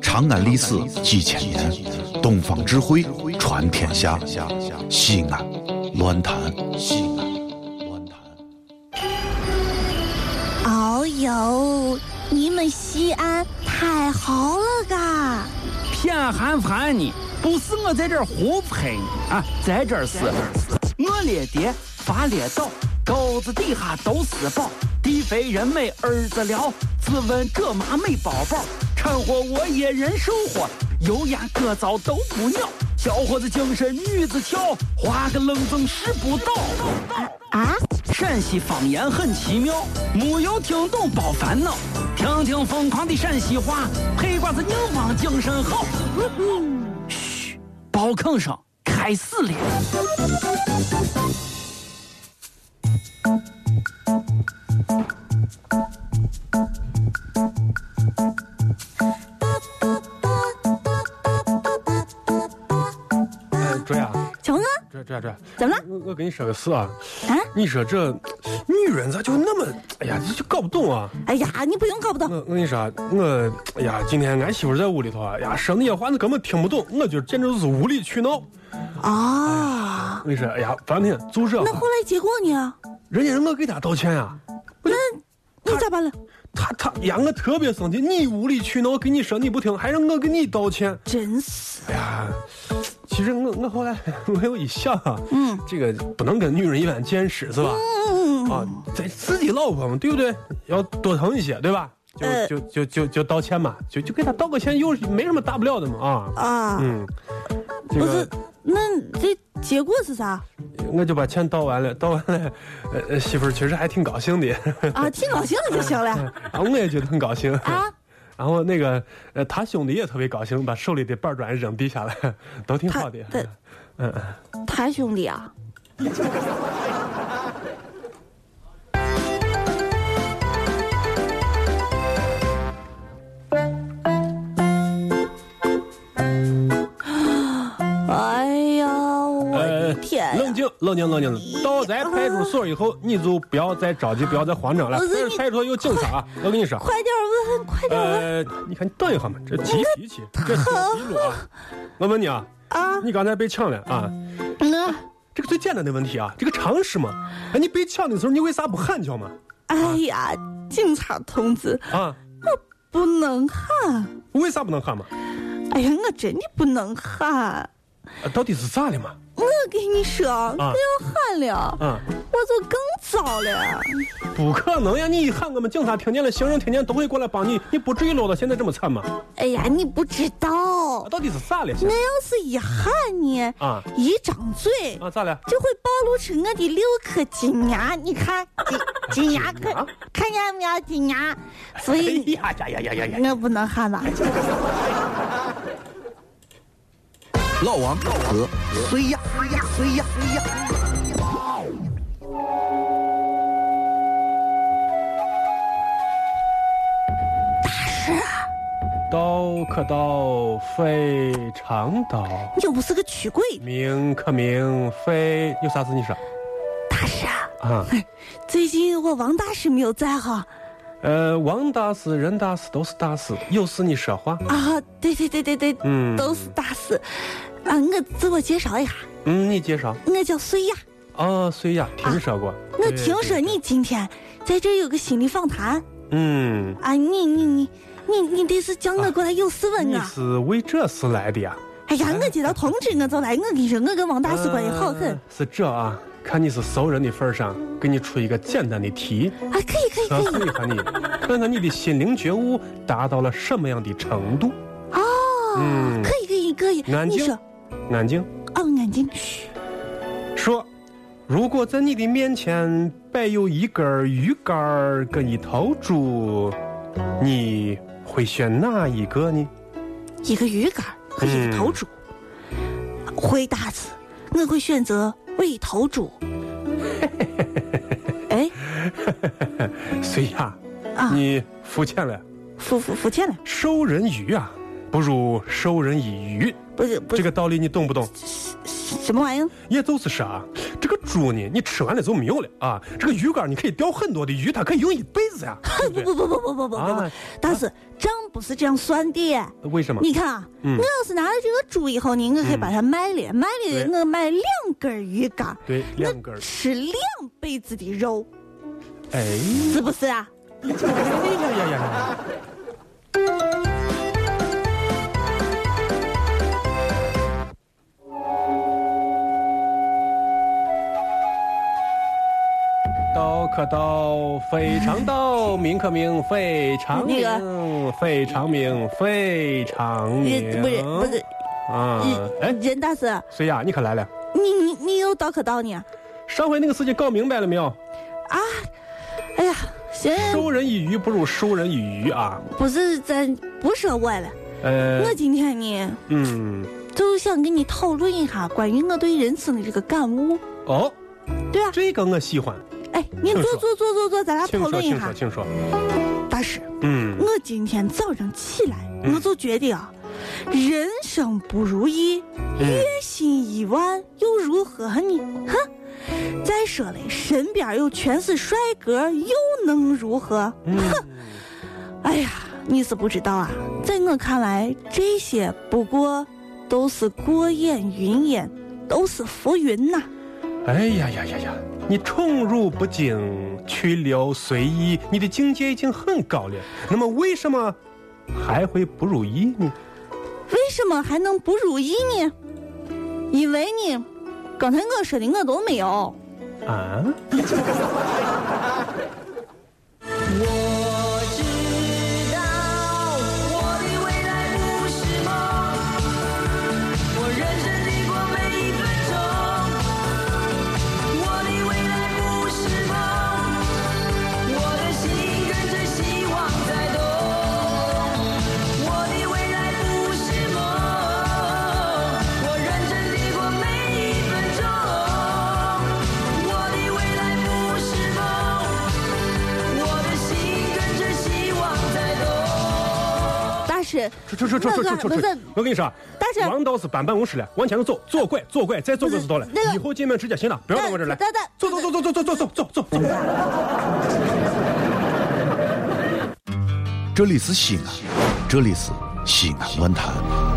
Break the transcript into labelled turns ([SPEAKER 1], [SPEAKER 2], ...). [SPEAKER 1] 长安历史几千年，东方智慧传天下。西安，乱谈西安。乱谈。
[SPEAKER 2] 哦呦，你们西安太好了嘎！
[SPEAKER 3] 偏寒寒你，不是我在这儿胡喷你啊，在这儿是，我列爹发列倒，沟子底下都是宝，地肥人美儿子了，自问这妈没宝宝，掺和我也人生活，油盐各糟都不尿，小伙子精神女子俏，花个愣风拾不到。
[SPEAKER 2] 啊，
[SPEAKER 3] 陕西方言很奇妙，没有听懂别烦恼，听听疯狂的陕西话，黑瓜子硬邦精神好。嘘，包吭声开始了。
[SPEAKER 4] 哎，卓雅，
[SPEAKER 2] 求我
[SPEAKER 4] 卓卓雅卓雅，
[SPEAKER 2] 怎么了？
[SPEAKER 4] 啊我我跟你说个事啊，
[SPEAKER 2] 啊？
[SPEAKER 4] 你说这女人咋就那么，哎呀，这就搞不懂啊！
[SPEAKER 2] 哎呀，你不用搞不懂。
[SPEAKER 4] 我我跟你说啊，我哎呀，今天俺媳妇在屋里头啊，呀，说那些话我根本听不懂，我觉得简直就是无理取闹。
[SPEAKER 2] 哦，
[SPEAKER 4] 我跟你说，哎呀，反正就这
[SPEAKER 2] 那，后来结果啊呢？
[SPEAKER 4] 啊人家让我给她道歉啊，
[SPEAKER 2] 你咋办了？
[SPEAKER 4] 她她呀，我特别生气，你无理取闹，跟你说你不听，还让我给你道歉。
[SPEAKER 2] 真是，
[SPEAKER 4] 哎呀，其实我我后来 我又一想啊，
[SPEAKER 2] 嗯
[SPEAKER 4] 这个不能跟女人一般见识是吧？
[SPEAKER 2] 嗯，
[SPEAKER 4] 啊，咱自己老婆嘛，对不对？要多疼一些，对吧？就、
[SPEAKER 2] 呃
[SPEAKER 4] 就就就就道歉嘛，就就给他道个歉，又是没什么大不了的嘛啊。
[SPEAKER 2] 啊，
[SPEAKER 4] 嗯，这
[SPEAKER 2] 不
[SPEAKER 4] 个
[SPEAKER 2] 是，那这结果是啥？
[SPEAKER 4] 我就把钱道完了， 道完了，呃，呃媳妇儿确实还挺高兴的，
[SPEAKER 2] 啊，挺高兴的就行了。
[SPEAKER 4] 然后我也觉得很高兴。
[SPEAKER 2] 啊，
[SPEAKER 4] 然后那个呃，他兄弟也特别高兴，把手里的板砖扔地下了， 都挺好的。
[SPEAKER 2] 他他
[SPEAKER 4] 嗯，嗯
[SPEAKER 2] 谭兄弟啊，哎呀，我的天呀
[SPEAKER 4] 啊
[SPEAKER 2] 啊
[SPEAKER 4] 呃冷静，冷静，冷静。到咱派出所以后，你就不要再着急，不要再慌张了。
[SPEAKER 2] 不是
[SPEAKER 4] 但
[SPEAKER 2] 你
[SPEAKER 4] 是派出所有警察啊，我跟你说，
[SPEAKER 2] 快点问，快点问
[SPEAKER 4] 呃，你看，你等一下嘛，这急脾气，这急急路啊！我问你啊，
[SPEAKER 2] 啊！
[SPEAKER 4] 你刚才被抢了啊？
[SPEAKER 2] 那，
[SPEAKER 4] 这个最简单的问题啊，这个常识嘛。哎，你被抢的时候，你为啥不喊叫嘛？
[SPEAKER 2] 哎呀，警察同志，
[SPEAKER 4] 啊，
[SPEAKER 2] 不能喊！
[SPEAKER 4] 为啥不能喊嘛？
[SPEAKER 2] 哎呀，我真的不能喊！
[SPEAKER 4] 啊到底是咋了嘛？
[SPEAKER 2] 我跟你说，我要喊了，
[SPEAKER 4] 啊，
[SPEAKER 2] 我就更糟了。
[SPEAKER 4] 不可能呀！你一喊，我们警察听见了，行人听见都会过来帮你，你不至于落到现在这么惨嘛？啊
[SPEAKER 2] 哎呀，你不知道
[SPEAKER 4] 啊，，到底是咋了？现
[SPEAKER 2] 那
[SPEAKER 4] 在
[SPEAKER 2] 要是一喊呢，
[SPEAKER 4] 啊
[SPEAKER 2] 一张嘴
[SPEAKER 4] 啊，咋了？
[SPEAKER 2] 就会暴露出我的六颗金牙。你看，金 金牙
[SPEAKER 4] 金牙
[SPEAKER 2] 看看见没有金牙？所
[SPEAKER 4] 哎
[SPEAKER 2] 以
[SPEAKER 4] 呀呀呀呀呀呀！
[SPEAKER 2] 我不能喊吧？
[SPEAKER 1] 老王和谁呀？谁呀？谁呀？
[SPEAKER 2] 啊
[SPEAKER 4] 刀可刀，非常刀。
[SPEAKER 2] 你又不是个驱鬼
[SPEAKER 4] 名可名，非有啥子你说
[SPEAKER 2] 大师啊。
[SPEAKER 4] 啊？
[SPEAKER 2] 最近我王大师没有在哈
[SPEAKER 4] 呃，王大师、任大师都是大师，有事你说话。
[SPEAKER 2] 啊，对对对对对，
[SPEAKER 4] 嗯
[SPEAKER 2] 都是大师。啊，我自我介绍一下，
[SPEAKER 4] 嗯，你介绍。
[SPEAKER 2] 我叫孙亚，
[SPEAKER 4] 哦，孙亚，听说过。
[SPEAKER 2] 我
[SPEAKER 4] 对
[SPEAKER 2] 听说。
[SPEAKER 4] 对对
[SPEAKER 2] 你今天在这儿有个心理访谈。
[SPEAKER 4] 嗯，
[SPEAKER 2] 啊，你你你你你得是叫我过来有事问
[SPEAKER 4] 啊你
[SPEAKER 2] 我。
[SPEAKER 4] 是为这事来的呀？
[SPEAKER 2] 啊哎呀，我接到通知我就来，我跟你说，我跟王大师关系好很
[SPEAKER 4] 呃。是这啊，看你是熟人的份儿上，给你出一个简单的题，
[SPEAKER 2] 啊，可以可以
[SPEAKER 4] 测
[SPEAKER 2] 可
[SPEAKER 4] 试
[SPEAKER 2] 以。
[SPEAKER 4] 一下你，看看你的心灵觉悟达到了什么样的程度。
[SPEAKER 2] 哦
[SPEAKER 4] 嗯，
[SPEAKER 2] 可以可以可以。
[SPEAKER 4] 安
[SPEAKER 2] 你
[SPEAKER 4] 静
[SPEAKER 2] 说，
[SPEAKER 4] 安静。
[SPEAKER 2] 哦，安静。嘘，
[SPEAKER 4] 说，如果在你的面前摆有一根儿鱼竿儿跟一头猪，你会选哪一个呢？
[SPEAKER 2] 一个鱼竿和一
[SPEAKER 4] 嗯
[SPEAKER 2] 个头猪。回答是，我会选择喂头 猪。哎，
[SPEAKER 4] 谁呀？
[SPEAKER 2] 啊
[SPEAKER 4] 你肤浅了，
[SPEAKER 2] 肤肤肤浅了，
[SPEAKER 4] 授人以鱼啊，不如授人以渔。
[SPEAKER 2] 不是不
[SPEAKER 4] 这
[SPEAKER 2] 是
[SPEAKER 4] 个道理你懂不懂？
[SPEAKER 2] 什么玩意儿？
[SPEAKER 4] 也就是说啊，这个猪呢，你吃完了就没有了啊。这个鱼竿儿你可以钓很多的鱼，它可以用一辈子呀。对
[SPEAKER 2] 不
[SPEAKER 4] 对
[SPEAKER 2] 不不不不不不不
[SPEAKER 4] 啊
[SPEAKER 2] 不，但是丈不是这样算的。
[SPEAKER 4] 为什么？
[SPEAKER 2] 你看啊，我
[SPEAKER 4] 嗯
[SPEAKER 2] 要是拿了这个猪以后呢，我可以把它卖了，卖
[SPEAKER 4] 对
[SPEAKER 2] 了我卖两根鱼竿，
[SPEAKER 4] 对，
[SPEAKER 2] 那
[SPEAKER 4] 两根儿。
[SPEAKER 2] 吃两辈子的肉，
[SPEAKER 4] 哎，
[SPEAKER 2] 是不是啊？
[SPEAKER 4] 哎呀呀呀！刀可刀，非常刀；名可名，非常
[SPEAKER 2] 那个
[SPEAKER 4] 名，非常名，非常
[SPEAKER 2] 人
[SPEAKER 4] 名。
[SPEAKER 2] 不是不是，
[SPEAKER 4] 嗯啊！哎，
[SPEAKER 2] 人人大师，啊
[SPEAKER 4] 谁呀？你可来了！
[SPEAKER 2] 你你你又倒可倒你啊？
[SPEAKER 4] 上回那个事情搞明白了没有？
[SPEAKER 2] 嗯哎呀，行，
[SPEAKER 4] 授人以鱼不如授人以渔啊！
[SPEAKER 2] 不是咱不说我了，
[SPEAKER 4] 呃，
[SPEAKER 2] 我今天呢
[SPEAKER 4] 嗯，
[SPEAKER 2] 就想跟你讨论一下关于我对人生的这个感悟，
[SPEAKER 4] 哦，
[SPEAKER 2] 对啊，
[SPEAKER 4] 这个我喜欢，
[SPEAKER 2] 哎，你坐
[SPEAKER 4] 请说
[SPEAKER 2] 坐坐坐坐，咱俩
[SPEAKER 4] 请
[SPEAKER 2] 讨
[SPEAKER 4] 说，
[SPEAKER 2] 论一
[SPEAKER 4] 请说，
[SPEAKER 2] 下。
[SPEAKER 4] 请说。
[SPEAKER 2] 大师，
[SPEAKER 4] 嗯
[SPEAKER 2] 我今天早上起来，
[SPEAKER 4] 嗯
[SPEAKER 2] 我就觉得啊，人生不如意，
[SPEAKER 4] 嗯
[SPEAKER 2] 月薪一万又如何呢？哼！再说了，身边又全是帅哥，又能如何？
[SPEAKER 4] 嗯，
[SPEAKER 2] 哎呀，你是不知道啊，在我看来，这些不过都是过眼云烟，都是浮云呐、
[SPEAKER 4] 哎呀呀呀呀，你宠辱不惊，去留随意，你的境界已经很高了，那么为什么还会不如意呢？
[SPEAKER 2] 为什么还能不如意呢？因为呢，刚才我说的我都没有。
[SPEAKER 4] 啊？
[SPEAKER 5] 我知道我的未来不是梦，我认真地过每一分钟。我的未来不是梦，我的心跟着希望在动。我的未来不是梦，我认真地过每一分钟。我的未来不是梦。我的心跟着希望在动。
[SPEAKER 2] 大师，
[SPEAKER 4] 出出出出出出出
[SPEAKER 2] 那个
[SPEAKER 4] 出！我跟你说啊，
[SPEAKER 2] 但是
[SPEAKER 4] 王道是板板无耻了，往前头走，左拐左拐，再左拐就到了
[SPEAKER 2] 不是那。个
[SPEAKER 4] 以后进门直接行了，不要到我这儿来。
[SPEAKER 2] 等等
[SPEAKER 4] 走走走走走走走走走走。
[SPEAKER 1] 这里是西安，这里是西安论坛。